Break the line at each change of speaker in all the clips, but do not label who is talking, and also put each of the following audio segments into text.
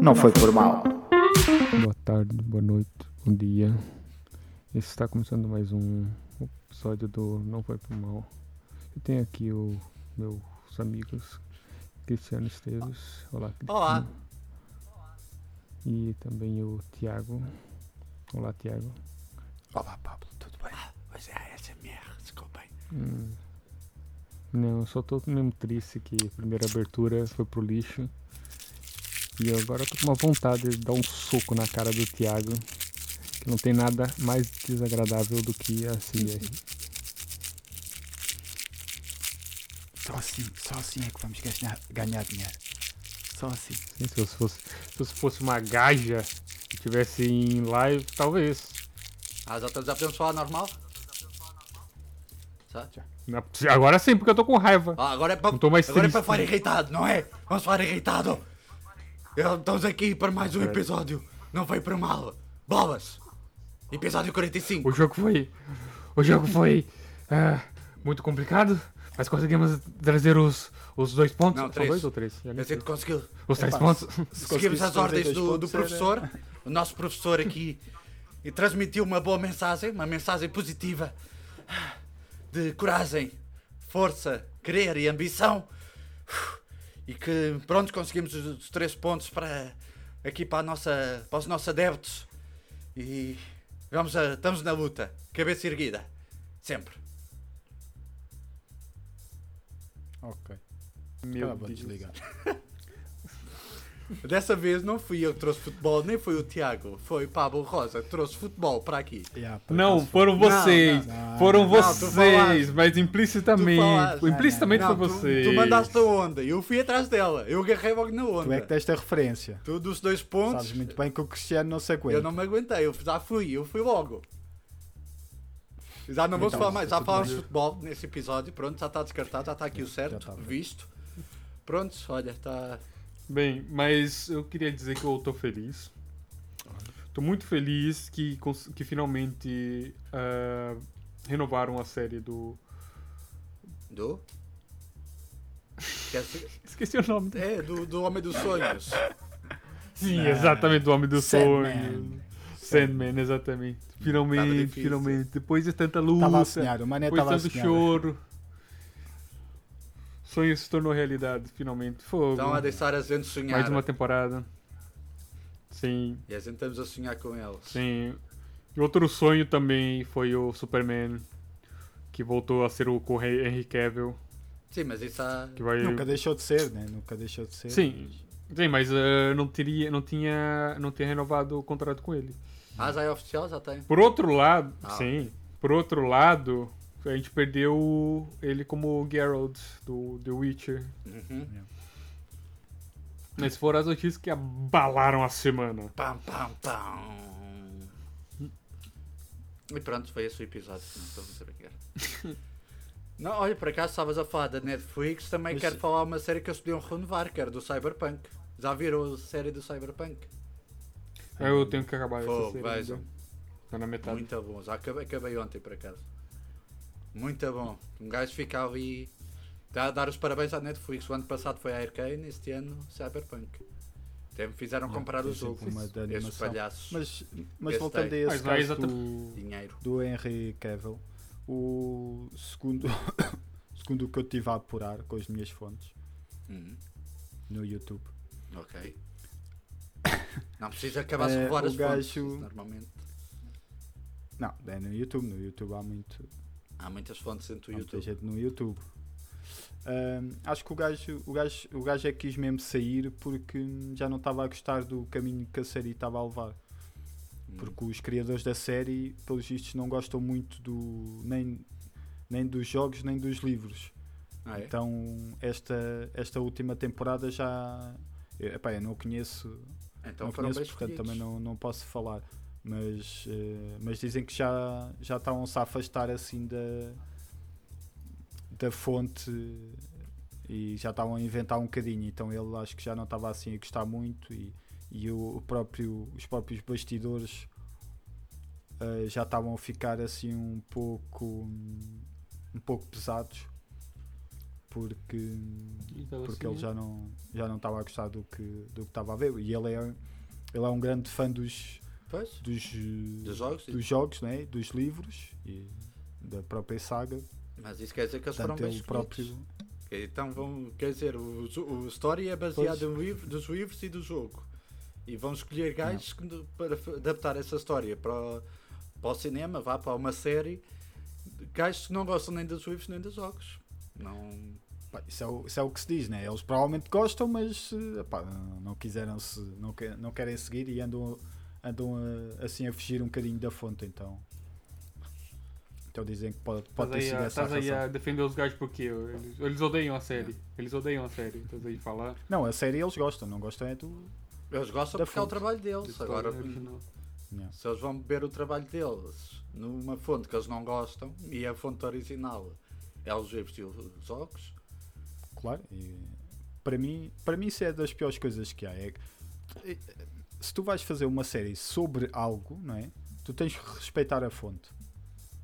Não foi por mal.
Boa tarde, boa noite, bom dia. Está começando mais um episódio do Não Foi Por Mal. Eu tenho aqui o meus amigos Cristiano Esteves. Olá, Cristiano.
Olá.
E também o Tiago. Olá, Tiago.
Olá, Pablo, tudo bem? Pois é, ASMR, desculpem.
Hum. Não, eu só tô mesmo triste que a primeira abertura foi pro lixo. E agora eu tô com uma vontade de dar um soco na cara do Thiago. Que não tem nada mais desagradável do que assim, é, a CIA.
Só assim, só assim é que vamos ganhar, ganhar dinheiro. Só assim.
Sim, se eu fosse, se eu fosse uma gaja e tivesse em live, talvez.
Ah, já, já podemos falar normal? Já?
Na- Agora sim, porque eu tô com raiva.
Ah, agora é para
Não tô Um mais
agora é
triste. né?
para falar irritado, não é? Vamos falar irritado. Eu- Estamos aqui para mais um episódio. Não foi por mal. Bolas. Episódio 45.
O jogo foi. O jogo foi. ah, muito complicado, mas conseguimos trazer os, os dois pontos.
Não,
São
três.
dois ou três? Já nem
Eu
sei.
sei que conseguiu.
Os três pontos.
Seguimos as ordens
dois
do, do
pontos, era-
professor. O nosso professor aqui e transmitiu uma boa mensagem, uma mensagem positiva de coragem, força, querer e ambição. E que pronto, conseguimos os, os três pontos para aqui para, a nossa, para os nossos adeptos. E vamos a, estamos na luta, cabeça erguida, sempre.
Ok.
Meu
ah, vou
Deus.
desligar.
Dessa vez não fui eu que trouxe futebol, nem foi o Tiago, foi o Pablo Rosa que trouxe futebol para aqui.
Yeah, por
Não,
acaso
foram vocês.
não, não.
foram
Não,
tu
vocês,
falaste.
mas
Tu
implicitamente.
falaste.
Implicitamente
Não,
foi
tu-
vocês.
Tu, mandaste a onda, eu fui atrás dela, eu agarrei logo na
Tu é
onda.
que deste a referência.
Tu dos dois pontos,
Sabes muito bem que o Cristiano não se aguenta.
eu não me aguentei, eu já fui, eu fui logo. Já não vamos
Então,
falar mais, já
tudo
falámos de
bem.
futebol nesse episódio, pronto, já está descartado, já está aqui o certo,
tá bem.
visto. Pronto, olha, tá. está.
Bem, mas eu queria dizer que eu tô feliz. Tô muito feliz que, cons- que finalmente ah, renovaram a série do.
Do? Quer-
Esqueci o nome.
É, do, do Homem dos Sonhos.
Sim, exatamente, o Homem do
Sandman.
Sonho. Sandman, exatamente. Finalmente,
difícil. assim,
finalmente. Depois de tanta luta.
Estava a sonhar, o Mané
Depois
estava a
tanto
sonhar.
choro. Sonho se tornou realidade, finalmente. Fogo.
Estão a deixar a gente sonhar.
Mais uma temporada. Sim,
E a gente estamos a sonhar com eles.
sim. E outro sonho também foi o Superman, que voltou a ser o com o Henry Cavill,
Sim, mas isso há.
que vai...
Nunca deixou de ser, né? Nunca deixou de ser.
Sim, sim, mas eh, não, teria, não, tinha, não tinha renovado o contrato com ele.
Ah, já é oficial, já tem.
Por outro lado,
Ah.
sim, por outro lado, a gente perdeu o- ele como o Geralt do The Witcher.
Uhum.
Mas foram as notícias que abalaram a semana.
Pam, pam, pam. E pronto, foi esse o episódio. Não estamos a brincar. Não, olha, por acaso estavas a falar da Netflix, também
Mas-
quero falar uma série que eles podiam renovar, que era do Cyberpunk. Já viram a série do Cyberpunk?
Aí Eu tenho que acabar essa
Fogo,
série.
vejam.
ainda. Tá na metade.
Muito bom, já acabei, acabei ontem por acaso. Muito bom. Um gajo fica ali. Dá, dar os parabéns à Netflix. O ano passado foi a Arcane, este ano Cyberpunk. Até me fizeram
Ah,
comprar o
tem
jogo.
sempre uma de
Esses
animação.
palhaços.
Mas, mas
Esse
voltando a
tem.
esse
Mas não é
caso
exatamente.
do,
Dinheiro.
do Henry Cavill, o segundo, segundo o que eu tive a apurar com as minhas fontes
Uhum.
no YouTube,
Ok. Não precisa acabar de
É,
revelar
o
as
gajo-
fontes. Normalmente
não, é no YouTube, no YouTube há muito,
há muitas fontes dentro do
Há muita
YouTube.
gente no YouTube. Ahm, acho que o gajo, o, gajo, o gajo é que quis mesmo sair porque já não estava a gostar do caminho que a série estava a levar.
Hum.
é, Porque os criadores da série, pelos vistos, não gostam muito do nem, nem dos jogos nem dos livros.
Ah, é?
Então, esta, esta última temporada já. Eu, epá, eu não conheço,
Então
não
foram
conheço
bem
portanto também
escolhidos.
não, não posso falar. Mas, eh, mas dizem que já, já estavam-se a afastar assim da, da fonte e já estavam a inventar um bocadinho. Então ele acho que já não estava assim a gostar muito e, e o, o próprio, os próprios bastidores eh, já estavam a ficar assim um pouco, um pouco pesados. porque,
E tava
porque
assim,
ele já não, já não estava a gostar do que do que estava a ver. E ele é, ele é um grande fã dos,
Pois?
dos, eh,
Dos jogos, sim.
dos jogos, né? dos livros e da própria saga.
Mas isso quer dizer que eles
Portanto,
foram bem
ele
escolhidos.
próprio.
Então vão, quer dizer, o, o story é baseado no livro, dos livros e do jogo. E vão escolher gajos que de- para f- adaptar essa história para o, para o cinema, vá para uma série. Gajos que não gostam nem dos livros nem dos jogos. Não.
Pá, Isso é, o, isso é o que se diz, né? Eles provavelmente gostam, mas eh, epá, não, não quiseram se, não, que- não querem seguir e andam, andam eh, assim a fugir um bocadinho da fonte, então. Então dizem que pode, pode
Estás
ter
aí,
ah,
sido essa
a,
É. a
estás aí
razão.
a defender os gajos porque eles, eles odeiam a série. Eles odeiam a série. Estás aí a falar.
Não, a série eles gostam, não gostam é do.
Eles gostam
Da
porque é o
fonte.
trabalho deles. Uhum.
Eles
Agora,
odeiam a original.
não.
se eles vão beber o trabalho deles numa fonte que eles não gostam e a fonte original é os livros e os jogos,
Claro, e para mim, para mim isso é das piores coisas que há. É, que- é- se tu vais fazer uma série sobre algo, não é? Tu tens que respeitar a fonte.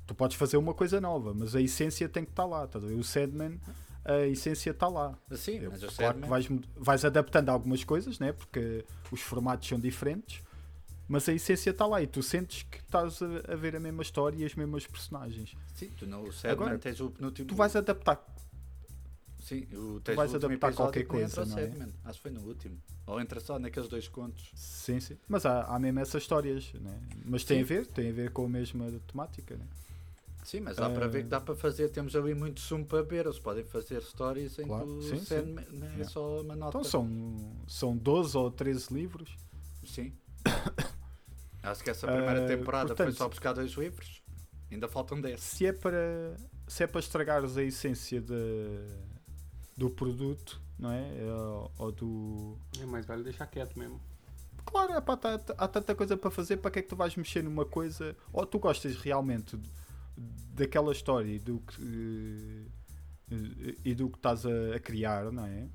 Tu podes fazer uma coisa nova, mas a essência tem que estar lá. Estás a ver? O Sandman, a essência está lá.
assim,
Eu-
mas eu sei.
claro que vais, mud- vais adaptando algumas coisas, né? porque os formatos são diferentes, mas a essência está lá e tu sentes que estás a, a ver a mesma história e as mesmas personagens.
Sim, tu não o
Agora,
Sandman tens o penúltimo.
Tu vais adaptar,
Sim, o tens
vais
o último
adaptar
episódio
qualquer
que nem entra
coisa,
o
não é?
Sandman. Acho que foi no último. Ou entra só naqueles dois contos.
sim, sim. mas há, há mesmo essas histórias, né? mas tem
Sim.
a ver, tem a ver com a mesma temática. Né?
Sim, mas dá para ver que dá
Ah.
para fazer. Temos ali muito sumo para ver. Eles podem fazer stories em
Claro,
que o
sim, sim.
Sandman é
Yeah.
só uma nota.
Então são, são 12 ou 13 livros.
Sim. Acho que essa primeira
Ah,
temporada foi
portanto-
só buscar dois livros. Ainda faltam 10.
Se é para, se é para estragares a essência de- do produto, não é? Ou- ou do,
É mais vale deixar quieto mesmo.
Claro, epá, tá- tá- há tanta coisa para fazer, para que é que tu vais mexer numa coisa? Ou tu gostas realmente d- daquela história e do que, eh, e do que estás a, a criar, não é?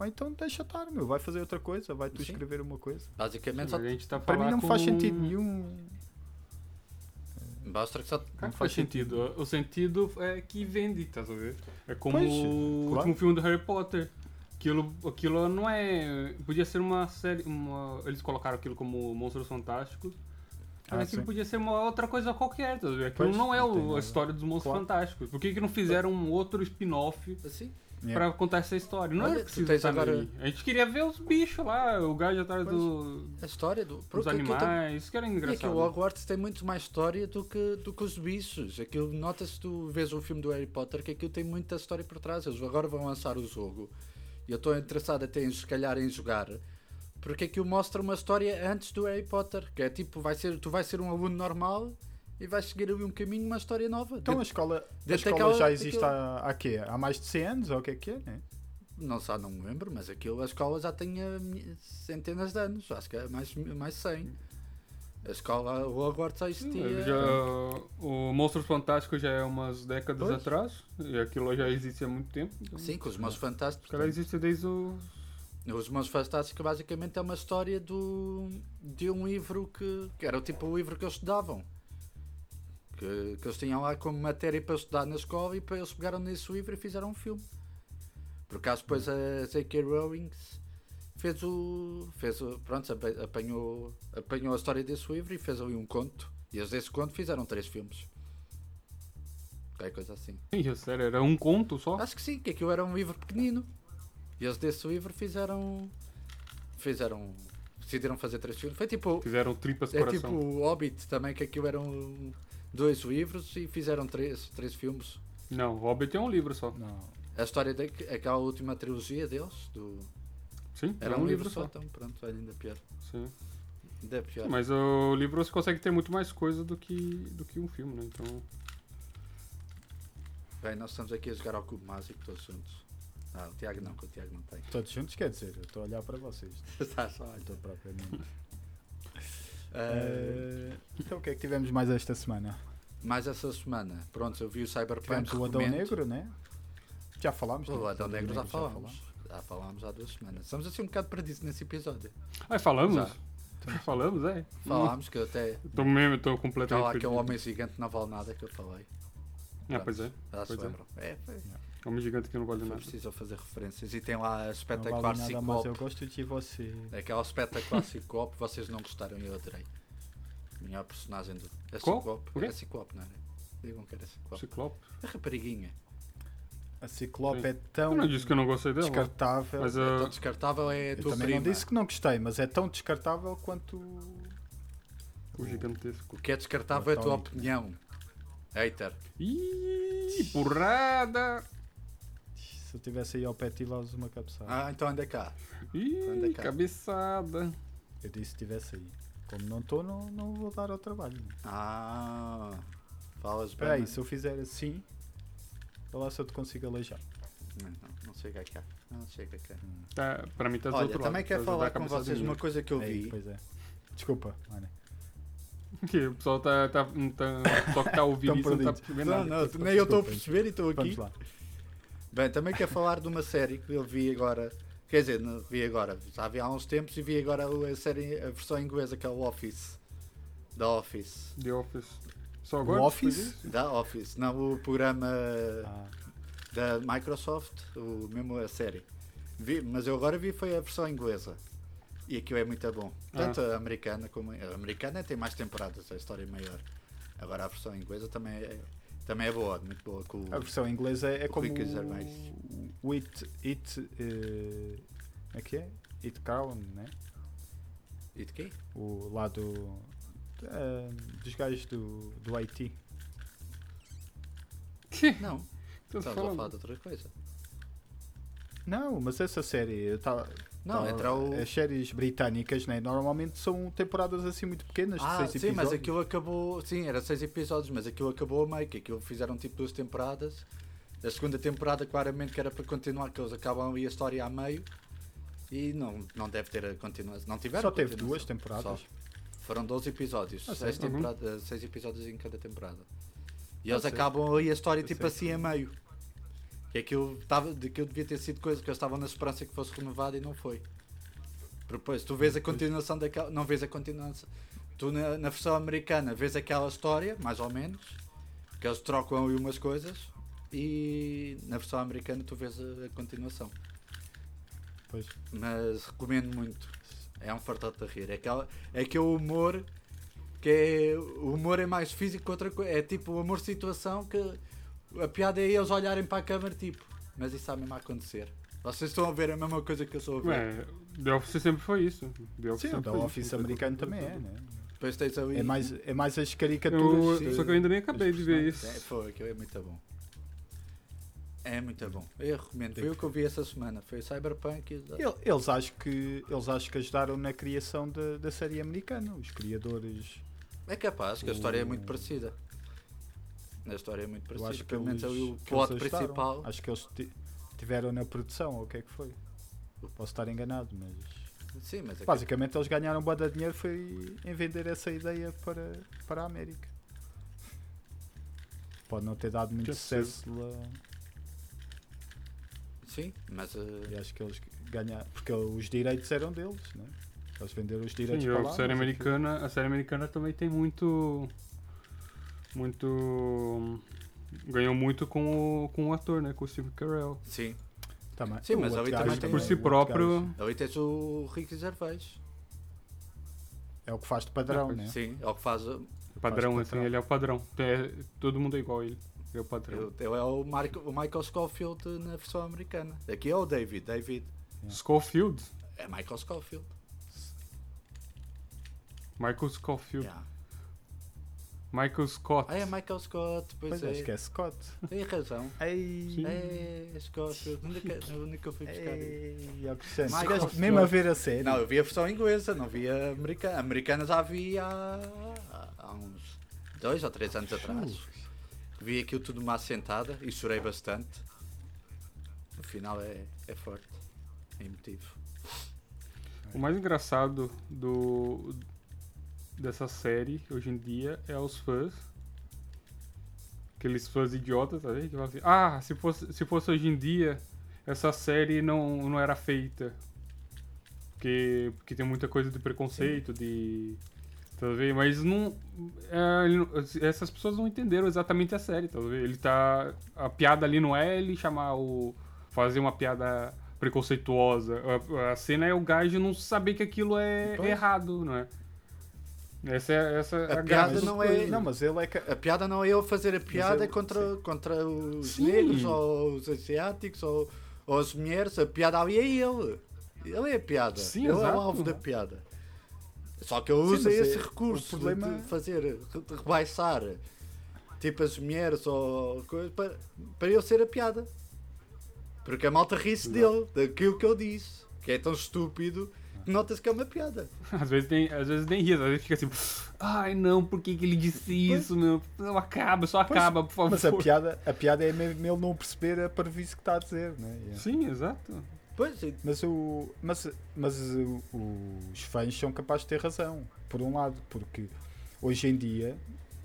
Ou então deixa estar, meu, vai fazer outra coisa, vai tu
Sim.
escrever uma coisa.
Basicamente,
Mas
só,
a gente tá a
Para
falar
mim não faz
com-
sentido nenhum.
basta que só.
Claro
Não
que
faz
faz sentido. O sentido é que vende, tá sabendo? É como
Pois,
o
claro.
último filme do Harry Potter. Aquilo, aquilo não é. Podia ser uma série. Uma, eles colocaram aquilo como Monstros Fantásticos.
Ah,
Mas aquilo
sim.
podia ser uma outra coisa qualquer, tá vendo? Aquilo
Pois,
não é
não tem
o- a
nada.
história dos Monstros
Claro.
Fantásticos. Por que, que não fizeram um outro spin-off
Assim?
Yeah.
pra contar essa história? Não
Olha,
era
tu
preciso
tens
estar
agora-
ali. A gente queria ver os bichos lá, o gajo atrás
Pois.
do,
A história do.
dos
Porque aquilo tam-
animais. Isso que era
É que o
engraçado.
Hogwarts tem muito mais história do que, do que os bichos. Aquilo, nota-se tu vês o filme do Harry Potter que aquilo tem muita história por trás. Eles agora vão lançar o jogo e eu estou interessado até em se calhar em jogar. Porque aquilo mostra uma história antes do Harry Potter, que é tipo, vai ser, tu vais ser um aluno normal e vais seguir ali um caminho, uma história nova.
Então a
De-
escola, a
Desde
escola
aquela-
já existe
aquela-
há, há quê? Há mais de 100 anos, ou o que é que é, né?
Não sei, não me lembro, mas aquilo a escola já tem eh, mi- centenas de anos, acho que é mais, mais 100. A escola, o Hogwarts já existia.
Já- o Monstros Fantásticos já é umas décadas
Pois.
atrás, e aquilo já existe há muito tempo. Então,
Sim, com os meus
Os
fantásticos.
caras existem desde o.
Os Mãos Fantásticos basicamente é uma história do, de um livro que, que era o tipo o livro que eles estudavam. Que, que eles tinham lá como matéria para estudar na escola e para eles pegaram nesse livro e fizeram um filme. Por acaso depois a J.K. Rowling fez o. fez o. pronto, apa- apanhou, apanhou a história desse livro e fez ali um conto. E eles desse conto fizeram três filmes. Qualquer coisa assim.
Ih, sério, era um conto só?
Acho que sim, que aquilo era um livro pequenino. E eles desse livro fizeram. Fizeram. Decidiram fazer três filmes. Foi tipo.
Fizeram tripas
É tipo
coração.
o Hobbit também, que aquilo eram dois livros e fizeram três, três filmes.
Não, Hobbit é um livro só.
Não.
é A história daquela última trilogia deles, do...
Sim, é
era um, livro só. É. Então, pronto, olha, ainda pior.
Sim.
Ainda pior.
Mas o livro você consegue ter muito mais coisa do que, do que um filme, né? Então.
Bem, nós estamos aqui a jogar ao cubo mágico todos juntos. Ah, o Tiago não, que o Tiago não tem.
Todos juntos, quer dizer, eu estou a olhar para vocês,
Está só,
não
olha.
estou propriamente.
Ah,
Eh, então o que é que tivemos mais esta semana?
mais essa semana, pronto, eu vi o Cyberpunk.
Tivemos o Adão
Tipo, recomendo.
Negro, né? Já falámos. né?
O Adão Negro já
falámos. Hum.
falámos. Já falámos há duas semanas. Estamos assim um bocado perdidos nesse episódio.
Ah, falamos?
Já.
Já Falamos, é?
Falámos que eu até.
Tô mesmo, tô
Está
completamente.
lá é aquele
perdido.
homem gigante não vale nada que eu falei.
Ah, pois é.
Já se
Pois é.
lembram. É, foi.
É um gigante que não vale
Não
nada.
precisa fazer referências. E tem lá a
Não vale
espetacular
nada,
Ciclope.
mas eu gosto de você.
Aquela espetacular Ciclope, vocês não gostaram e eu adorei. Melhor personagem do. É
Qual?
Ciclope.
O quê?
Era Ciclope, não era? Digam que era Ciclope.
Ciclope.
A rapariguinha.
A Ciclope
Sim.
é
Eu
tão
não disse que eu não gostei dela.
descartável.
Mas
É
ah,
tão descartável é a
Eu
tua
também
prima.
não disse que não gostei, mas é tão descartável quanto.
o gigantesco.
O que é descartável é a tua
Tony.
opinião. Hater.
Tá.
Ih, porrada!
Se eu tivesse aí ao pé, tivavas uma cabeçada.
Ah, então anda cá. Anda
Ih,
cá.
cabeçada.
Eu disse que tivesse aí. Como não estou, não, não vou dar ao trabalho.
Ah. Falas Tá bem.
Espera aí,
mas-
se eu fizer assim, olha lá se eu te consigo aleijar.
Não, não, não chega cá. é Não chega cá.
Tá, pra mim tá do
é. Olha,
outro
também
lado.
quero
Tá do lado da
falar com
cabeçada
vocês
minha.
uma coisa que eu
É,
vi.
pois é. Desculpa, Ana.
Que o pessoal tá, tá, não tá- só que tá ouvindo
Tão
isso, não tá
perdido.
percebendo
Não,
nada.
não, nem eu estou a
Desculpa.
perceber e estou aqui.
Vamos lá.
Bem, também quero falar de uma série que eu vi agora. Quer dizer, não vi agora, já vi há uns tempos e vi agora a, série, a versão inglesa, que é o Office. Da Office.
The Office. Só agora?
O Office?
depois disso?
Da Office. Não, o programa É.
Ah,
da Microsoft, o mesmo a série. Vi, mas eu agora vi foi a versão inglesa. E aquilo é muito bom.
Ah.
Tanto a americana como a americana tem mais temporadas, a história é maior. Agora a versão inglesa também é, também é boa, muito boa. Com o-
a versão inglesa é
O
como.
Rick Gervais.
O It. It. eh, como é que é? It Crown, né?
E de quê?
O lado. eh, dos gajos do, do Haiti.
Não,
Tô
estás a
falando.
falar de outra coisa.
Não, mas essa série. Eu tava,
Não,
Tá,
tava-
entra
é
o.
As séries britânicas, né? Normalmente são temporadas assim muito pequenas, de
Ah,
seis
sim,
episódios.
mas aquilo acabou. Sim, era seis episódios, mas aquilo acabou a meio. Que aquilo fizeram tipo duas temporadas. A segunda temporada, claramente, que era para continuar, que eles acabam ali a história a meio. E não, não deve ter a continuação. Não tiveram
Só teve
continuação.
duas temporadas.
Só. Foram 12 episódios.
Ah,
seis,
sério?
Uhum.
temporada- seis episódios em cada temporada. E eles
sei.
acabam ali a história
Eu
tipo
sei.
assim a meio. Que aquilo, tava, de que eu devia ter sido coisa que eles estavam na esperança que fosse renovado e não foi. Porque Depois, tu vês a continuação daquela. Não vês a continuação. Tu na, na versão americana vês aquela história, mais ou menos, que eles trocam ali umas coisas, e na versão americana tu vês a, a continuação.
Pois.
Mas recomendo muito. É um fartote de rir. É aquela, é aquele humor que é. O humor é mais físico que outra coisa. É tipo o humor situação que a piada é eles olharem para a câmera tipo. Mas isso está mesmo a acontecer. Vocês estão a ver a mesma coisa que eu estou a ver.
Ué, The Office sempre foi isso. The Office
Sim,
é
o
sempre
um
da
foi
Office
isso.
americano também é, né?
Depois tens ali.
É mais, é mais as
Eu,
caricaturas. eh,
só que eu ainda nem acabei de ver isso.
É, foi, aquilo é muito bom. É muito bom. Eu recomendo. Foi o que eu vi essa semana. Foi Cyberpunk. E...
El- Eles acho, que, eles acho que ajudaram na criação da, da série americana. Os criadores.
É capaz, que a história é muito
O-
parecida. A história é muito
Eu
parecida.
acho que
Pelo menos
eles-
ali o
que
plot
eles ajudaram.
principal.
Acho que eles ti- tiveram na produção, ou o que é que foi? Posso estar enganado, mas.
Sim, mas é
Basicamente eles ganharam boa de dinheiro foi em vender essa ideia para, para a América. Pode não ter dado muito
Já sei.
sucesso lá.
que- Sim, mas. eh,
E acho que eles ganharam. Porque os direitos eram deles, né? Eles venderam os direitos
Sim,
para
a
lá.
série
mas
americana, a série americana também tem muito muito ganhou muito com o, com o ator, né, com o Steve Carell.
Sim.
aquilo- Também,
Sim,
o
mas
outro
ali
gajo é
também
Mas
tem- um
por
o
si
outro
próprio,
gajo
Ali tens o Ricky Gervais.
É o que faz de padrão,
Não,
né?
Sim, é o que faz. o-
padrão
Faz
assim,
padrão.
ele é o padrão. É, todo mundo é igual a ele. Ele é o padrão.
Ele ele é o, Marco, o Michael Schofield na versão americana. Aqui é o David. David.
Schofield,
É Michael Schofield.
Michael Schofield,
Yeah.
Michael Scott.
É. Ah, é Michael Scott. Pois,
Pois
é.
é, esquece Scott.
Tem razão.
Ei,
Sim.
É, Schofield. Onde é que- onde é que eu fui buscar isso?
ei, ó, Cristiano,
Michael
chegaste mesmo a
Scott.
ver a série.
Não, eu vi a versão inglesa, não vi a americana. A americana já vi há, há uns dois ou três anos atrás. Vi aquilo tudo mais sentada e chorei bastante. No final é, é forte, é emotivo.
O mais engraçado do dessa série hoje em dia é os fãs. Aqueles fãs idiotas, sabe? Que falam assim, ah, se fosse, se fosse hoje em dia, essa série não, não era feita. Porque, porque tem muita coisa de preconceito, de Tá vendo? Mas não. é, ele não- essas pessoas não entenderam exatamente a série, tá vendo? Ele tá. A piada ali não é ele chamar o. fazer uma piada preconceituosa. A, a cena é o gajo não saber que aquilo é
Pois.
errado, não é? Essa é essa é graça
A piada
das
não Então é-
coisas.
Não, mas ele é. ca-
A piada não é eu fazer a piada
eu-
contra, contra os
Sim.
negros ou os asiáticos ou, ou as mulheres. A piada ali é ele. Ele é a piada.
Sim,
ele é
exato.
o alvo da piada. Só que eu
Sim,
uso
mas
esse
é-
recurso
o problema
de,
é-
de fazer, re- de rebaixar tipo as mulheres ou coisa para, para eu ser a piada. Porque a malta ri-se dele, daquilo que eu disse, que é tão estúpido que nota-se que é uma piada.
Às vezes, tem, às vezes nem ri, às vezes fica assim, ai não, por que, que ele disse isso, meu? Não acaba, só
Pois,
acaba, por favor.
Mas a piada, a piada é mesmo ele não perceber a previso que está a dizer, né? Yeah.
Sim, exato.
Pois, e-
Mas, o, mas, mas o- os fãs são capazes de ter razão, por um lado, porque hoje em dia,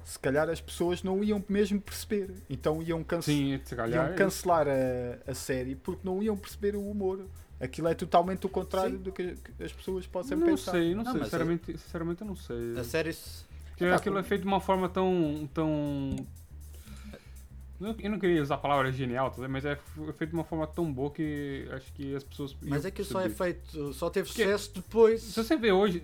se calhar as pessoas não iam mesmo perceber, então iam, cance
Sim, se calhar. é
iam cancelar a, a série porque não iam perceber o humor. Aquilo é totalmente o contrário
Sim.
do que, que as pessoas possam
não
pensar.
sei, não,
Não,
sei,
mas é-
sinceramente, sinceramente eu não sei.
a série se-
Porque aquilo é feito de uma forma tão. tão. Eu eu não queria usar a palavra genial, tá vendo? mas é f- feito de uma forma tão boa que acho que as pessoas.
Mas
iam
aquilo só é
perceber.
feito, só teve
Porque-
sucesso depois.
Se você vê hoje.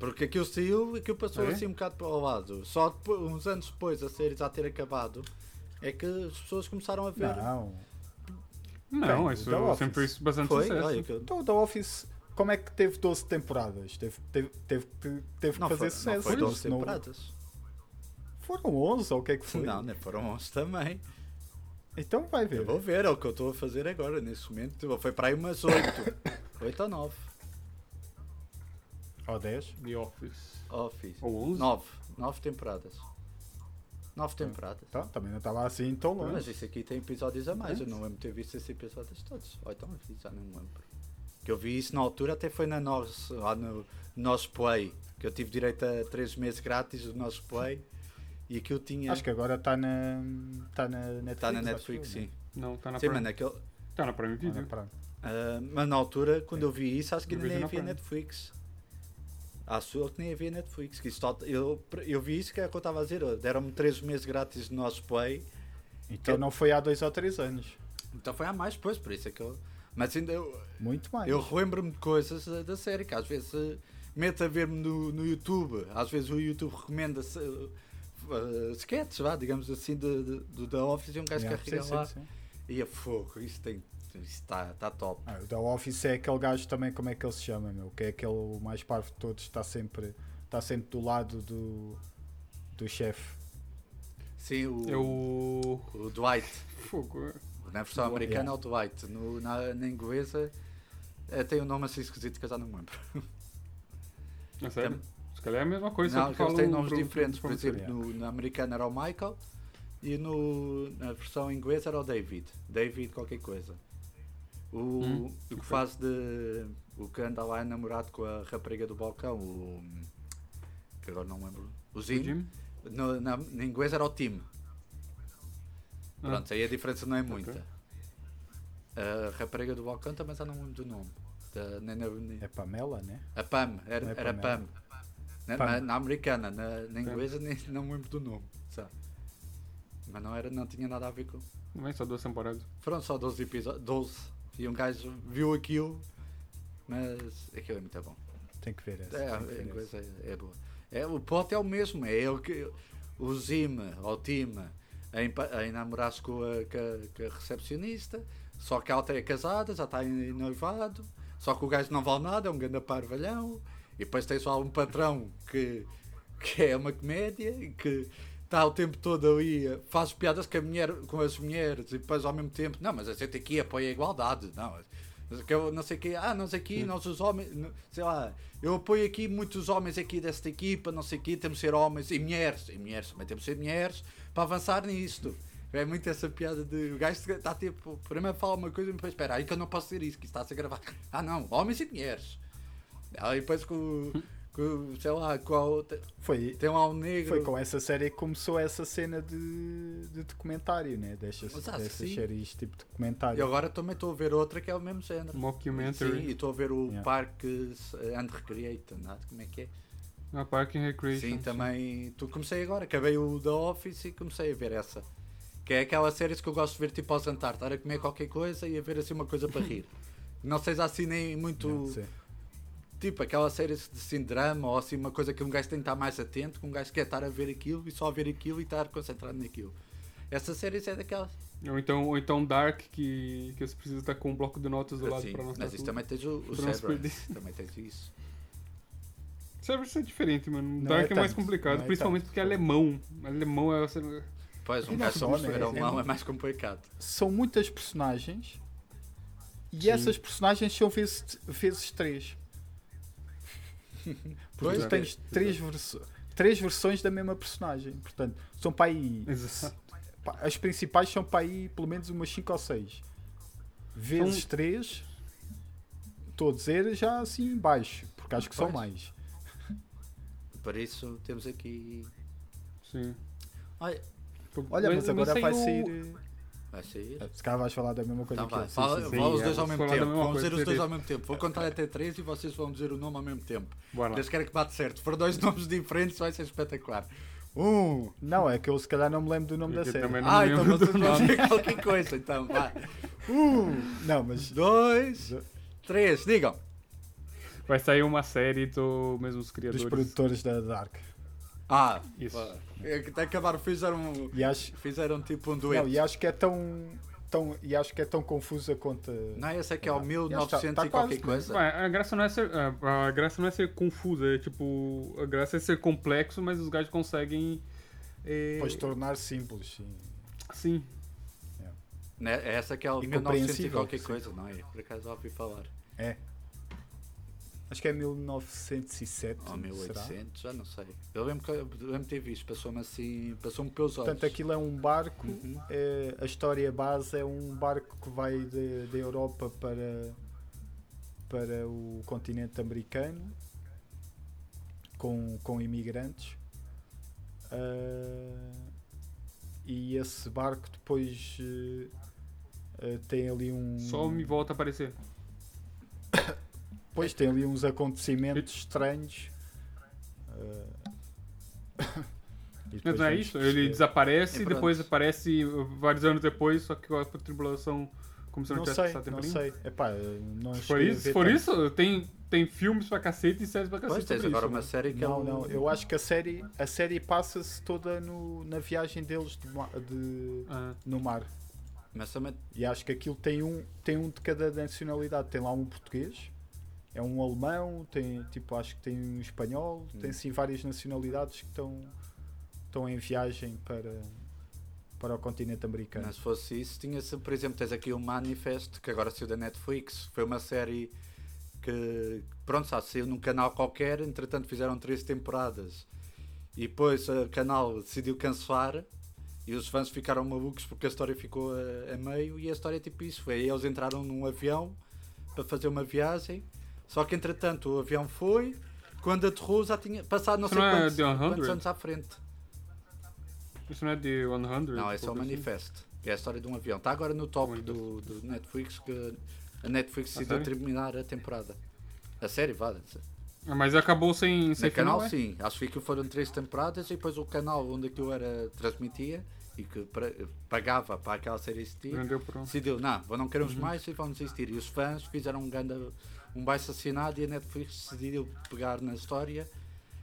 Porque aquilo saiu e aquilo passou
É?
assim um bocado para o lado. Só depois- uns anos depois a série já ter acabado é que as pessoas começaram a ver.
Não.
Não,
Bem,
isso
The Office.
sempre fez bastante
Foi?
um sucesso.
Olha, que-
Então, o The Office, como é que teve 12 temporadas? Teve, teve, teve, que- teve que
Não
fazer
foi, não
sucesso.
foi 12
senão-
temporadas.
Foram 11 ou o que é que foi?
Não, né? nem foram 11 também.
Então vai ver.
Eu vou ver, é o que eu estou a fazer agora nesse momento. Foi para aí umas 8. 8 ou 9.
Ou 10.
The Office.
Oh, fiz.
Ou 11?
9. 9 temporadas. 9 temporadas.
Então, também não estava assim tão longe.
Mas isso aqui tem episódios a mais. Eu não lembro de ter visto esses episódios todos. Ou então, eu já não me lembro. Que eu vi isso na altura, até foi na nosso, lá no nosso Play. Que eu tive direito a 3 meses grátis do nosso Play. E aquilo tinha.
Acho que agora está na, tá na Netflix.
está na
acho
Netflix,
eu, né?
sim.
Não, tá na
Sim, mas, é
Prime.
naquele,
Tá na Prime
não é?
Video.
Ah, pronto.
ah, mas na altura, quando eu vi isso, acho que
Eu
ainda
vejo
nem
na
havia
Prime.
Netflix. Acho eu que nem havia Netflix. Que isso tal- eu, eu vi isso que é o que eu estava a dizer. Deram-me 3 meses grátis do nosso Play.
Então não foi há dois ou três anos.
Então foi a mais, pois, por isso é que eu. Mas ainda eu,
Muito mais.
Eu relembro-me de coisas eh, da série que às vezes eh, meto a ver-me no, no YouTube. Às vezes o YouTube recomenda se sketches, vá, digamos assim, de, de, do The Office e um gajo
Yeah,
carrega
sim,
lá.
sim, sim.
E a fogo, isso tem. Isso está tá top.
Ah, o The Office é aquele gajo também, como é que ele se chama, meu? Que é aquele mais parvo de todos, está sempre, está sempre do lado do, do chefe.
Sim, o,
Eu.
É o Dwight.
Fogo. É
Na versão
Dwight, yeah.
americana é o Dwight. No, na, na inglesa eh, tem um nome assim esquisito que eu já não me lembro.
É sério? Se calhar é a mesma coisa. só
não,
que um
que eles
falam
têm nomes
pro-
diferentes.
pro-
Por exemplo,
Yeah.
no, na americana era o Michael e no, na versão inglesa era o David. David qualquer coisa. O,
Hum,
o
ok.
que faz de. O que anda lá é namorado com a rapariga do balcão, o. que agora não me lembro. O
pro
Zim.
Jim.
No, na, na inglês era o Tim.
Ah.
Pronto, aí a diferença não é muita.
Ok.
A rapariga do balcão também já não me lembro do nome. Da- nem na- nem-
É Pamela, né?
a Pam, era,
Não é
era
Pam,
Pam. Na,
Pam.
na- na americana, na, na inglesa nem, não me lembro do nome, sabe? Mas não, era, não tinha nada a ver com.
Não é só duas temporadas.
Foram só 12 episódios. 12. E um gajo viu aquilo, mas aquilo é muito bom.
Tem que ver essa.
É,
tem que
a
ver
inglesa é, é boa. É, o plot é o mesmo, é ele que. O Zim, ou Tim, a, empa- a namorar-se com a, com a- com a recepcionista, só que ela até é casada, já está em noivado, só que o gajo não vale nada, é um grande parvalhão, e depois tem só um patrão que, que é uma comédia e que está o tempo todo ali, eh, faz piadas com, a mulher, com as mulheres e depois ao mesmo tempo, não, mas a gente aqui apoia a igualdade, não. mas Que eu não sei que, ah, nós aqui, nós os homens, não- sei lá, eu apoio aqui muitos homens aqui desta equipa, não sei o quê, temos de ser homens e mulheres, e mulheres também temos de ser mulheres para avançar nisto. É muito essa piada de o gajo está tipo, primeiro fala uma coisa e depois espera, aí que eu não posso dizer isso, que isto está a ser gravado. Ah não, homens e mulheres. Aí depois com, com sei lá, com a outra,
Foi,
tem lá um negro.
Foi com essa série que começou essa cena de, de documentário, né? Destas,
Mas acho que
dessas
sim.
séries tipo
E
documentário.
agora também estou a ver outra que é o mesmo género. Sim,
Mockumentary.
e estou a ver o
Yeah.
Parque and Recreate, nada, como é que é?
Ah, Park and Recreation.
Sim, também. Tu comecei agora, acabei o The Office e comecei a ver essa. Que é aquela série que eu gosto de ver tipo ao jantar, estar a comer qualquer coisa e a ver assim uma coisa para rir. Não seja assim nem muito.
Não sei.
Tipo aquela série de assim, drama ou assim uma coisa que um gajo tem de estar mais atento, que um gajo quer estar a ver aquilo e só a ver aquilo e estar concentrado naquilo. Essa série é daquelas.
Ou então, ou então Dark, que, que você precisa estar com um bloco de notas do lado
Assim,
pra não
mas isso também tens o, o
pra não se
Severance. Também tens isso.
Severance é diferente, mano.
Não
Dark é,
é
mais
tanto,
complicado,
não é
principalmente
tanto.
porque é alemão. Alemão é.
Pois, um
Ainda
gajo
só,
como se
né? É
ver mal é
muito-
mais complicado.
São muitas personagens e
Sim.
essas personagens são vezes, vezes três. Porque
Pois, é.
tu tens
exato.
três, verso- três versões da mesma personagem. Portanto, são para aí.
Exato.
pá, As principais são para aí pelo menos umas 5 ou 6. Vezes
São-
três, estou a dizer já assim em baixo, porque acho que são
Pois.
mais.
Por isso temos aqui.
Sim.
Olha,
Olha, mas, agora vai sair.
vai sair.
eh, Se calhar vais falar da mesma coisa
Então
que eu.
vai,
Sim,
fala,
sim,
sim.
fala os
É,
dois ao
vamos
mesmo
falar da
tempo.
mesma
Vamos
coisa,
dizer os dois
direito.
ao mesmo tempo. Vou contar até três e vocês vão dizer o nome ao mesmo tempo.
Bora Tá lá.
Desde que era que bate certo. Foram dois nomes diferentes, vai ser espetacular. Um.
Não, é que eu se calhar não me lembro do nome
Uh! Eu
da série.
também não
Ah,
me
então
lembro
vocês
do
vão
nome.
dizer qualquer coisa. Então, vá.
Uh!
Não, mas
Dois.
Do-
Três. Digam.
Vai sair uma série do mesmo os
dos
criadores.
produtores da Dark.
Ah,
Isso.
pá. É que Até acabaram, fizeram,
E acho,
fizeram tipo um dueto.
não,
Não,
e acho que é tão, tão. E acho que é tão confusa quanto.
esse aqui é o
Não,
1900
tá- tá
e qualquer
quase,
coisa.
Vai, a graça não é ser. A, a graça não é ser confusa, é tipo. A graça é ser complexo, mas os gajos conseguem. É,
Depois tornar simples. sim.
Sim.
Né, Essa que é o
E
1900 e
compreensível,
qualquer
sim.
coisa, não é? Por acaso ouvi falar.
É. Acho que é 1907.
Ou
Será?
1800, já não sei. Eu lembro que eu lembro de ter visto, passou-me assim, passou-me pelos olhos.
Portanto, aquilo é um barco.
Uhum.
Então,
eh, a história base é um barco que vai de- da Europa para, para o continente americano com, com imigrantes. Ah, e esse barco depois eh, eh, tem ali um.
Só me volta a aparecer.
Pois tem ali uns acontecimentos estranhos. Ah, e
Mas
depois
não é
vamos
isso? Ele
perceber.
desaparece
É,
e depois
pronto.
aparece vários anos depois, só que com a tribulação como se não,
Não
tivesse
sei,
passado tempo
não
nenhum.
sei. Epá, eh, não
Se for
cheguei a ver
isso, se for
tanto.
isso tem, tem filmes pra cacete e séries pra cacete.
Pois tens
sobre
agora
isso,
uma
né?
série que é
Não,
um-
não, eu acho que a série, a série passa-se toda no, na viagem deles de ma- de-
Ah,
no mar.
Mas também.
E acho que aquilo tem um, tem um de cada nacionalidade. Tem lá um português, é um alemão, tem, tipo, acho que tem um espanhol,
Hum.
tem sim várias nacionalidades que estão, estão em viagem para, para o continente americano.
Mas se fosse isso, tinha-se, por exemplo, tens aqui o Manifest, que agora saiu da Netflix. Foi uma série que, pronto, já saiu num canal qualquer, entretanto fizeram três temporadas. E depois o canal decidiu cancelar e os fãs ficaram malucos porque a história ficou a, a meio. E a história é tipo isso: foi eles entraram num avião para fazer uma viagem, só que entretanto o avião foi. Quando aterrou, já tinha passado não
Isso
sei
não é
quantos,
The 100?
quantos anos à frente.
Isso não é de 100?
Não, esse é o
qualquer coisa assim?
Manifesto. É a história de um avião. Está agora no top
Muito.
do, do Netflix que a Netflix
A
decidiu
série?
terminar a temporada. A série, vá. Na
assim. Ah, Mas acabou sem, sem
canal,
final, é?
sim. Acho que foram três temporadas e depois o canal onde aquilo era transmitia e que pra- pagava para aquela série existir,
Rendeu pronto.
decidiu, não, vou- não queremos mais e vamos existir. E os fãs fizeram um grande um baixo assinado e a Netflix decidiu pegar na história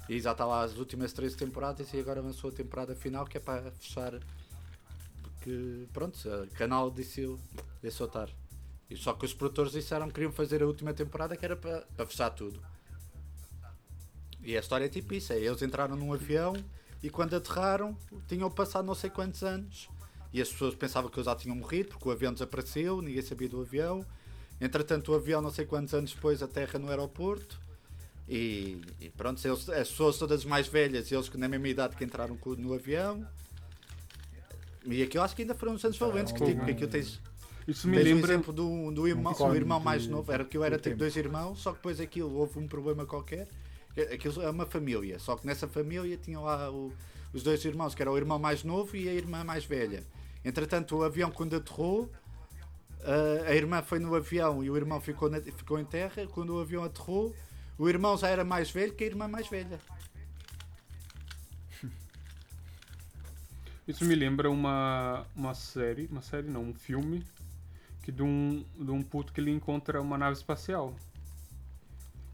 e já está lá as últimas três temporadas e agora lançou a temporada final que é para fechar porque pronto, o canal decidiu deixou estar. E só que os produtores disseram que queriam fazer a última temporada que era para, para fechar tudo. E a história é tipo isso, é, eles entraram num avião e quando aterraram tinham passado não sei quantos anos e as pessoas pensavam que eles já tinham morrido porque o avião desapareceu, ninguém sabia do avião. Entretanto, o avião, não sei quantos anos depois, aterra no aeroporto. E, e pronto, eles, as pessoas todas mais velhas, eles que na mesma idade que entraram co- no avião. E aqui eu acho que ainda foram uns anos valentes, que, tipo, que aqui eu tens,
Isso me
tens um
lembra.
exemplo do, do irmão,
concordo
do irmão
de-
mais novo. Era que eu era
do
tipo
tempo.
dois irmãos, só que depois aquilo houve um problema qualquer. É- Aquilo é uma família, só que nessa família tinham lá o- os dois irmãos, que era o irmão mais novo e a irmã mais velha. Entretanto, o avião quando aterrou, ah, a irmã foi no avião e o irmão ficou, na- ficou em terra. Quando o avião aterrou, o irmão já era mais velho que a irmã mais velha.
Isso me lembra uma, uma série, uma série não, um filme, que de um, de um puto que ele encontra uma nave espacial.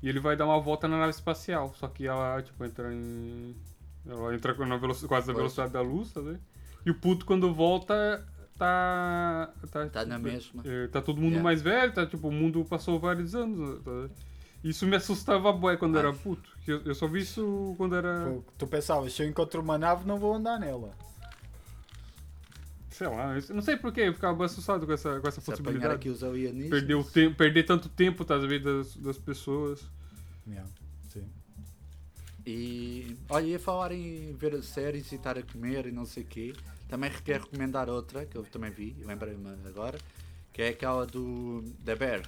E ele vai dar uma volta na nave espacial, só que ela, tipo, entra em... Ela entra na velocidade, quase na velocidade da luz, tá vendo? E o puto, quando volta, tá...
Tá na mesma.
é, tá todo mundo
Yeah.
mais velho, tá, tipo, o mundo passou vários anos, tá vendo? Isso me assustava bué quando
Ah.
era puto. que Eu, eu só vi isso quando era...
Foi o que Tu pensavas, se eu encontro uma nave, não vou andar nela.
Sei lá, eu não sei porquê, eu ficava assustado com essa, com essa
Se apanhar
possibilidade.
aqui os alienígenas.
Perder, o tempo, perder tanto tempo, tá, às vezes, das, das pessoas.
Yeah, sim.
E olha, ia falar em ver séries e estar a comer e não sei o quê. Também quero recomendar outra que eu também vi, e lembrei-me agora, que é aquela do The Bear.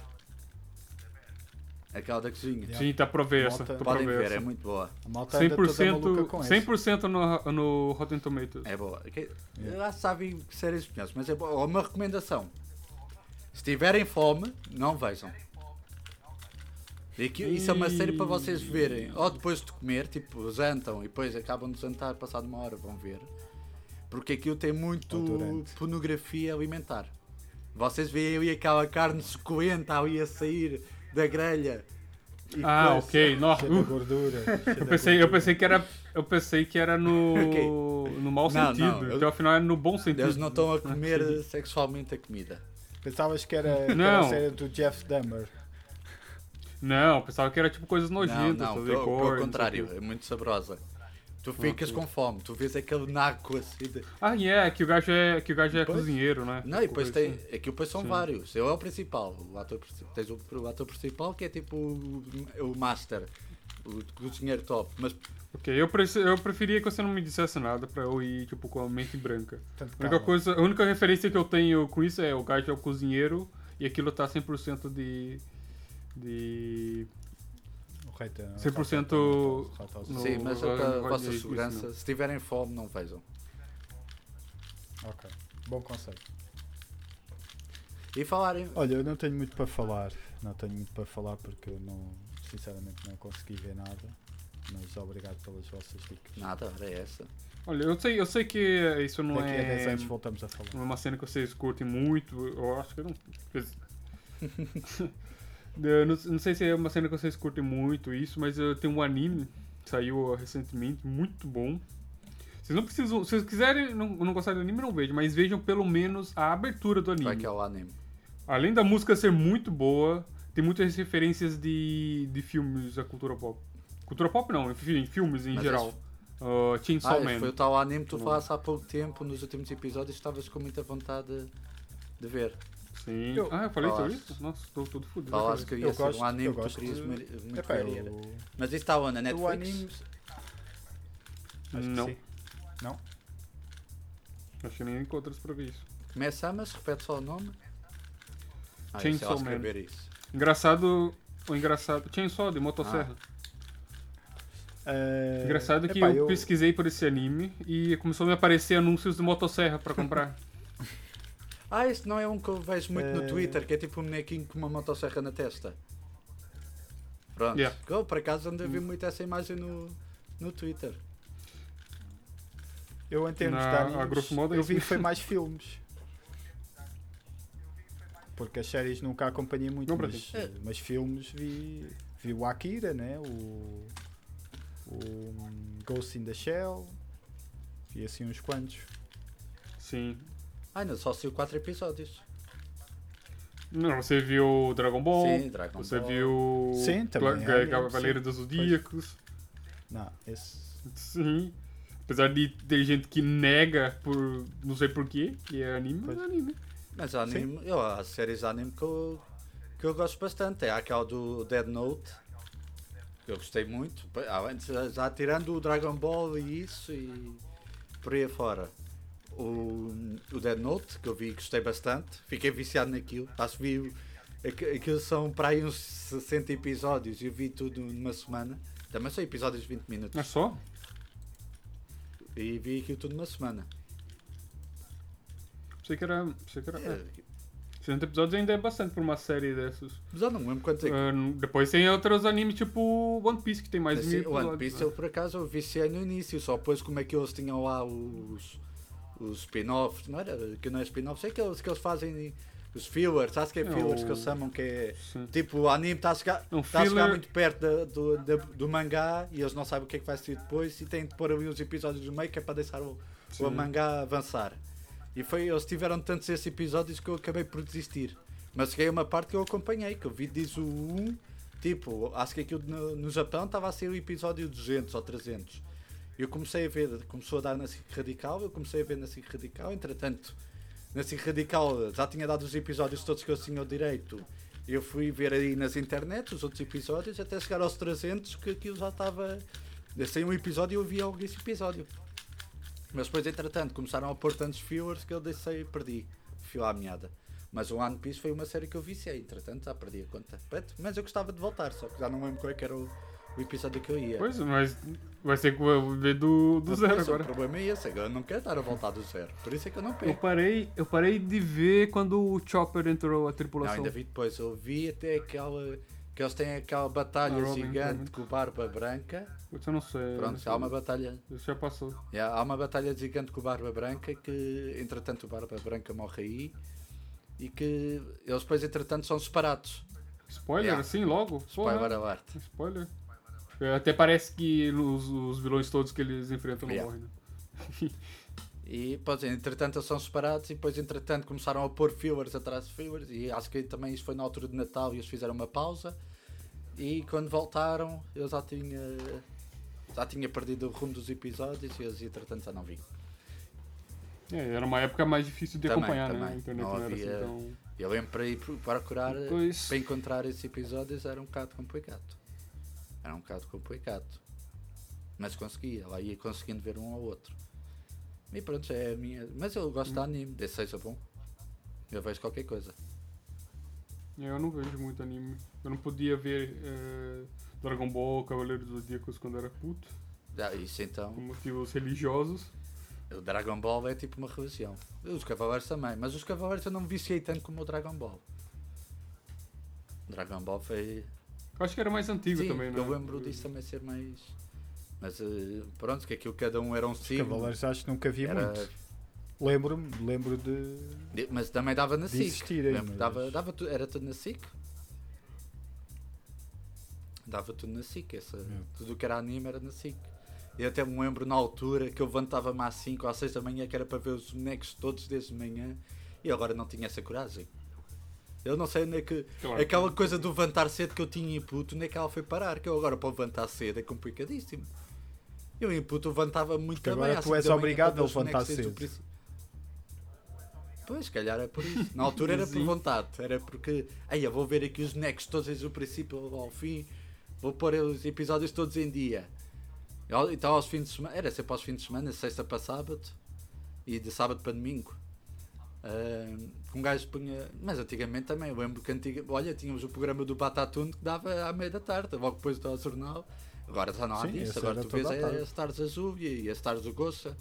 Aquela da cozinha.
Yeah.
Sim, tá pra ver essa.
Volta.
Tá pra
É. Podem
ver,
ver,
essa.
é muito boa.
A malta anda toda maluca
100%,
com
100 no, no Rotten Tomatoes.
É boa. Que- Lá sabem que séries conhecem, mas é boa. Uma recomendação. Se tiverem fome, não vejam. E que- isso é uma série para vocês verem. Ou depois de comer, tipo, jantam e depois acabam de jantar, passado uma hora, vão ver. Porque aquilo tem
Ou
muito
durante.
pornografia alimentar. Vocês veem ali aquela carne suculenta ali a sair da grelha. E
Ah,
coisa.
ok. Nossa,
Cheia da
uh,
gordura.
eu, pensei, eu pensei que era. Eu pensei que era no. no mau
Não, não,
sentido.
eu-
Então afinal era no bom sentido.
Eles não estão a comer
entendi.
sexualmente a comida.
Pensavas que era, que era a
Não.
série do Jeff Dahmer.
Não, eu pensava que era tipo coisas nojentas,
Não, não,
fazer cor,
pelo, pelo
não sei o
contrário,
quê.
é muito saborosa. Tu ficas com fome, tu vês aquele naco assim. de-
Ah, e é, que o gajo é, que o gajo é
Depois-
cozinheiro, né?
Não, e depois
Coisa
tem.
assim.
Aqui depois são
Sim.
vários. Eu é o principal. O ator, princi- tens o, o ator principal que é tipo o, o master, o cozinheiro top. Mas
Ok, eu, preci- eu preferia que você não me dissesse nada pra eu ir, tipo, com a mente branca.
Tanto
A única,
calma.
coisa, a única referência que eu tenho com isso é o gajo é o cozinheiro e aquilo tá 100% de. de.
O Reiter, não, o
100%
Reiter, o Reiter, o Reiter.
no-
sim, mas é
vai-
para
vai
a vossa
dizer isso,
segurança.
não.
Se tiverem fome, não vejam.
Ok, bom conselho.
E falarem.
Olha, eu não tenho muito para falar. Não tenho muito para falar porque eu não, sinceramente não consegui ver nada. Mas obrigado pelas vossas dicas.
Nada, era essa.
Olha, eu sei, eu sei que isso não
Daqui a 10
é,
anos voltamos a falar.
não é uma cena que vocês curtem muito. Eu acho que eu não. quer dizer- eu não, não sei se é uma cena que vocês curtem muito isso, mas eu tenho um anime que saiu recentemente, muito bom. Vocês não precisam. Se vocês quiserem, não, não gostarem do anime, não vejam, mas vejam pelo menos a abertura do
Vai
anime.
que é o anime.
Além da música ser muito boa, tem muitas referências de, de filmes da cultura pop. Cultura pop não, enfim, filmes em
Mas
geral. Ah,
Ah,
Chainsaw
esse
Man.
foi o tal anime que tu
Hum.
falaste há pouco tempo nos últimos episódios estavas com muita vontade de ver.
Sim.
Eu-
Ah, eu falei sobre
Falaste.
isso? Nossa, tô todo fudido. né?
Falaste que
Eu
ia ser
gosto-
um anime
eu
que tu
gosto
querias
de-
muito muito
Epá,
ver.
eu-
Mas isso está onde? Na
o
Netflix?
anime. Acho
Não.
que sim. Não?
Acho que nem encontras pra ver isso.
Começa a, mas repete só o nome. Ah, isso é
Chainsaw
lá escrever
Man.
isso.
Engraçado. O engraçado. Chainsaw de motosserra.
Eh,
engraçado que
Ah, epá,
eu, pesquisei por esse anime e começou a me aparecer anúncios de motosserra pra comprar.
Ah, isso não é um que eu vejo muito no
É.
Twitter, que é tipo um bonequinho com uma motosserra na testa. Pronto.
Yeah.
Que Eu, por acaso, ando a ver muito essa imagem no, no Twitter.
Eu em termos
Na-
de
a grosso
animes,
modo é
eu
isso
vi
mesmo.
foi mais filmes. Porque as séries nunca acompanhei muito,
Não,
mas,
Brasil.
eh, mas filmes vi, vi o Akira, né? O, o hum, Ghost in the Shell, vi assim uns quantos.
Sim.
Ah, ainda só saiu 4 episódios.
Não, você viu Dragon Ball.
Sim, Dragon
Você
Ball.
viu.
Sim, também é
Cla-
anime,
Cavaleiro
sim.
dos Zodíacos.
Não, esse
Sim. Apesar de ter gente que nega por. não sei porquê, que é anime, mas
Pois.
é anime.
Mas anime, eu, há séries de anime que eu, que eu gosto bastante. É aquela do Dead Note, que eu gostei muito. Além de- Já, já tirando o Dragon Ball e isso e por aí afora. O, o Dead Note, que eu vi e gostei bastante. Fiquei viciado naquilo. Acho que vi. aqu- Aquilo são para aí uns 60 episódios e eu vi tudo numa semana. Também são episódios de 20 minutos.
Não é só?
E vi aquilo tudo numa semana.
Sei que era. Sei que era. É.
É,
60 episódios ainda é bastante pra uma série dessas.
mas eu não me lembro quanto é que
Ah, n- depois tem outros animes tipo One Piece, que tem mais de
Mas
mil
sim, Assim, One
episódios,
Piece
né?
eu por acaso eu viciei no início, só depois como é que eles tinham lá os, os spin-offs, não era? Que não é spin-off, sei que eles, que eles fazem os fillers, acho que é
Não,
fillers que eles chamam, que é
Sim.
tipo o anime está a chegar,
Não,
tá
É um
a chegar
filler-
muito perto da- do, da- do mangá e eles não sabem o que é que vai ser depois e têm de pôr ali uns episódios no meio que é para deixar o, o mangá avançar. E foi, eles tiveram tantos esses episódios que eu acabei por desistir. Mas cheguei a uma parte que eu acompanhei, que eu vi diz o 1, tipo, acho que aquilo no, no Japão estava a ser o episódio 200 ou 300. Eu comecei a ver, começou a dar na SIC Radical, eu comecei a ver na SIC Radical, entretanto, na SIC Radical já tinha dado os episódios todos que eu tinha o direito. Eu fui ver aí nas internet os outros episódios até chegar aos 300 que aquilo já estava. Sem um episódio eu vi logo esse episódio. Mas depois, entretanto, começaram a pôr tantos viewers que eu deixei perdi. Fio à meada. Mas o One Piece foi uma série que eu viciei, entretanto já perdi a conta. Pronto, Mas eu gostava de voltar, só que já não lembro qual é que era o, o episódio que eu ia.
Pois, mas vai ser que eu vou ver do, do
Mas
zero
pois,
agora.
O problema é esse, agora eu não quero estar a voltar do zero. Por isso é que eu não
Eu
pego.
parei, eu parei de ver quando o Chopper entrou a
Não,
tripulação.
ainda vi depois, eu vi até aquela. que eles têm aquela
Ah,
batalha
Robin, Robin. É,
gigante com o Barba Branca.
Isso eu não sei. não
Pronto,
sei.
há uma batalha.
Isso já passou.
Yeah, É, há uma batalha gigante com o Barba Branca que, entretanto, o Barba Branca morre aí e que eles depois, entretanto, são separados.
Spoiler,
Yeah.
assim, logo? Porra.
É. Spoiler alert.
Spoiler. É, Até parece que os, os vilões todos que eles enfrentam não
Yeah.
morrem, né?
E, pois, entretanto, eles são separados e depois, entretanto, começaram a pôr viewers atrás de viewers e acho que também isso foi na altura de Natal e eles fizeram uma pausa e quando voltaram eu já tinha já tinha perdido o rumo dos episódios e eles, entretanto, já não vi.
É, era uma época mais difícil de
Também,
acompanhar, né?
também.
A internet
Não
não era assim
havia-
tão.
Eu lembro para ir pro- procurar, eh,
Pois.
para encontrar esses episódios era um bocado complicado. Era um bocado complicado. Mas conseguia, lá ia conseguindo ver um ao outro. E pronto, já é a minha. Mas eu gosto de
Hum.
anime, desse seja bom. Eu vejo qualquer coisa.
É, Eu não vejo muito anime. Eu não podia ver eh, Dragon Ball, Cavaleiro dos Zodíacos quando era puto,
Ah, isso
por
então.
motivos religiosos.
O Dragon Ball é tipo uma religião. Os Cavaleiros também, mas os Cavaleiros eu não me viciei tanto como o Dragon Ball. Dragon Ball foi.
Eu acho que era mais antigo
Sim,
também, né?
eu lembro disso também ser mais. Mas eh, pronto, que aquilo cada um era um
Os
signo.
Cavaleiros acho que nunca vi
Era-
muito. Lembro-me, lembro de.
De- Mas também dava na
De
SIC.
existir aí,
lembro,
mas-
dava, dava tu- era tudo na SIC. Dava tudo na SIC. Essa,
Yeah.
Tudo o que era anime era na SIC. Eu até me lembro na altura que eu levantava-me às 5 ou às 6 da manhã, que era para ver os bonecos todos desde manhã. E agora não tinha essa coragem. Eu não sei onde é que.
Claro.
Aquela coisa do levantar cedo que eu tinha em puto, onde é que ela foi parar? Que eu agora para levantar cedo é complicadíssimo. Eu em puto levantava muito
Porque
também.
agora
às
tu
cinco
és
da manhã
obrigado
para ver
a
os bonecos
levantar
desde o
cedo.
princípio. Pois, se calhar é por isso. Na altura era por
Sim.
vontade. Era porque, aí eu vou ver aqui os necks todos desde o princípio ao fim. Vou pôr os episódios todos em dia. E ao- Então aos fins de semana, era sempre aos fins de semana, sexta para sábado e de sábado para domingo. Ahm, que um gajo punha. Mas antigamente também, eu lembro que antiga... olha, tínhamos o programa do Batatune que dava à meia da tarde, logo depois do jornal. Agora já não há
Sim,
disso,
esse
agora
era
tu vês
toda a
é
tarde.
as tardes azul e e as tardes do Goça.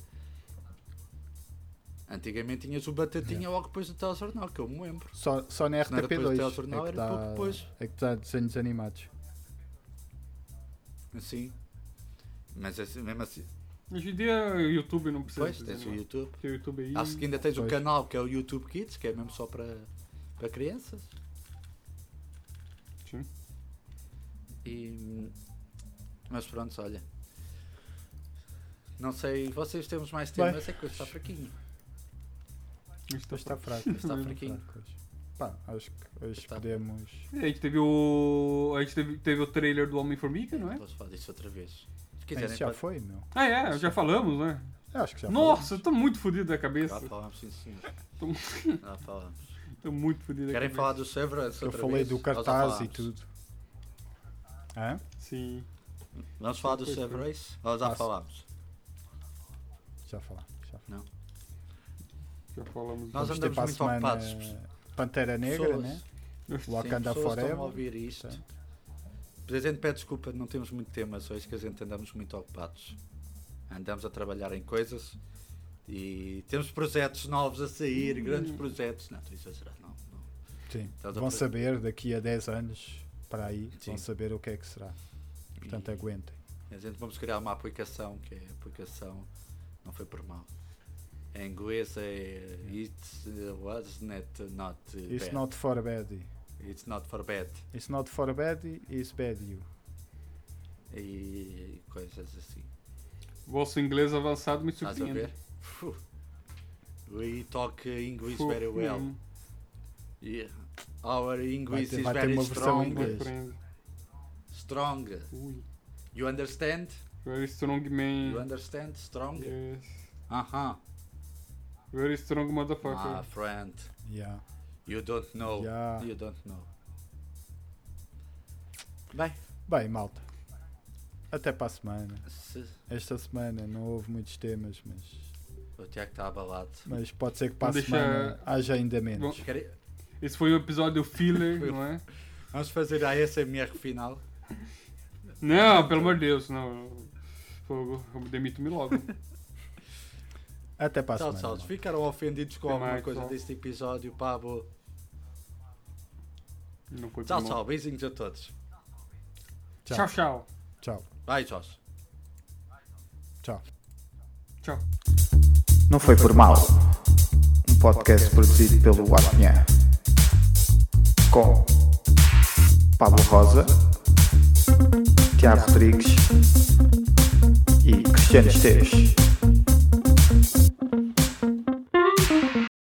Antigamente tinhas o
É.
Batatinha logo depois do telejornal, que eu me lembro.
Só, só na
Se não era depois do
RTP2.
telejornal,
é que
era pouco
dá-
depois.
É que está desenhos animados.
Assim. Mas assim, mesmo assim.
Hoje em dia, o YouTube não precisa.
Depois tens
dizer,
o
né?
YouTube.
Tem o YouTube aí.
Acho que ainda tens o
Pois.
canal que é o YouTube Kids, que é mesmo só para, para crianças.
Sim.
E, mas pronto, olha. Não sei, vocês temos mais
Bem.
temas, é que hoje está fraquinho.
Isso
Hoje está
tá-
fraco.
Está
Hoje
fraquinho.
fraco hoje. Pá, acho que hoje
Está.
podemos.
É, a gente teve o. A gente teve, teve o trailer do Homem-Formiga, não é?
Posso falar disso outra vez. Se
Esse
quiserem,
já
pode-
foi, meu.
Ah, é, já falamos, né?
Eu acho que já
Nossa, eu tô muito fudido da
Já
cabeça.
falámos, Ah, sim, senhor.
Então,
Tô-
Já falámos.
Tô muito fudido da
Querem falar
cabeça.
do Severance?
foi. Eu
outra
falei
vez?
do
Nós já
cartaz e
falámos.
tudo. Hã?
Sim.
Vamos falar do
Pois foi.
Severance? Nós já
Nossa.
falámos.
Já falar. Já falar.
Já falamos.
Nós
Vamos ter
andamos
para a
muito
semana
ocupados.
Pantera Negra,
Pessoas-
né?
Sim,
Wakanda
pessoas estão a
Forever.
ouvir isto. Presidente, pede desculpa, não temos muito tema, só isso que a gente andamos muito ocupados. Andamos a trabalhar em coisas e temos projetos novos a sair,
Hum.
grandes projetos. Não, estou a exagerar, não. não.
Sim.
Estás a
Vão
fazer-
saber daqui a 10 anos para aí.
Sim.
Vão saber o que é que será. Portanto,
E
aguentem.
é A gente vamos criar uma aplicação, que é a aplicação, não foi por mal, Em inglês é It was not, not
It's
bad.
not for bad.
It's not for bad.
It's not for bad, it's bad you.
E coisas assim.
Vosso inglês avançado me
Estás a
surpreende.
ver? Phew. We talk English
Pô,
very well.
hum,
Yeah. Our
Vai
English
ter-
is
vai ter
very
uma versão Então, em
strong.
inglês.
surpreende.
Strong.
Ui.
You understand?
Very
You
strongman.
understand? Strong?
Yes.
Uh-huh.
Very strong
Ah,
motherfucker.
friend.
Yeah.
You don't know.
Yeah.
You don't know. Bem,
Bem, malta. Até para a semana.
se-
Esta semana não houve muitos temas, mas,
o Tiago está abalado.
mas pode ser que para a
Deixa-
semana haja ainda menos.
Quer-
Esse foi o episódio filler,
Foi.
não é?
Vamos fazer a SMR final.
Não, pelo amor de Deus, não. Fogo, eu demito-me logo.
Até para a
Tchau,
semana.
tchau.
malta.
Ficaram ofendidos com
Até
alguma
mais,
coisa
tchau.
deste episódio, Pablo.
Não foi
Tchau,
bom.
tchau. Beijinhos a todos.
Tchau, tchau.
Tchau.
Vai, Jorge.
Tchau.
Tchau.
Não foi por mal. Um podcast produzido pelo Apnha. Com Pablo Rosa, Tiago Rodrigues e Cristiano Esteves.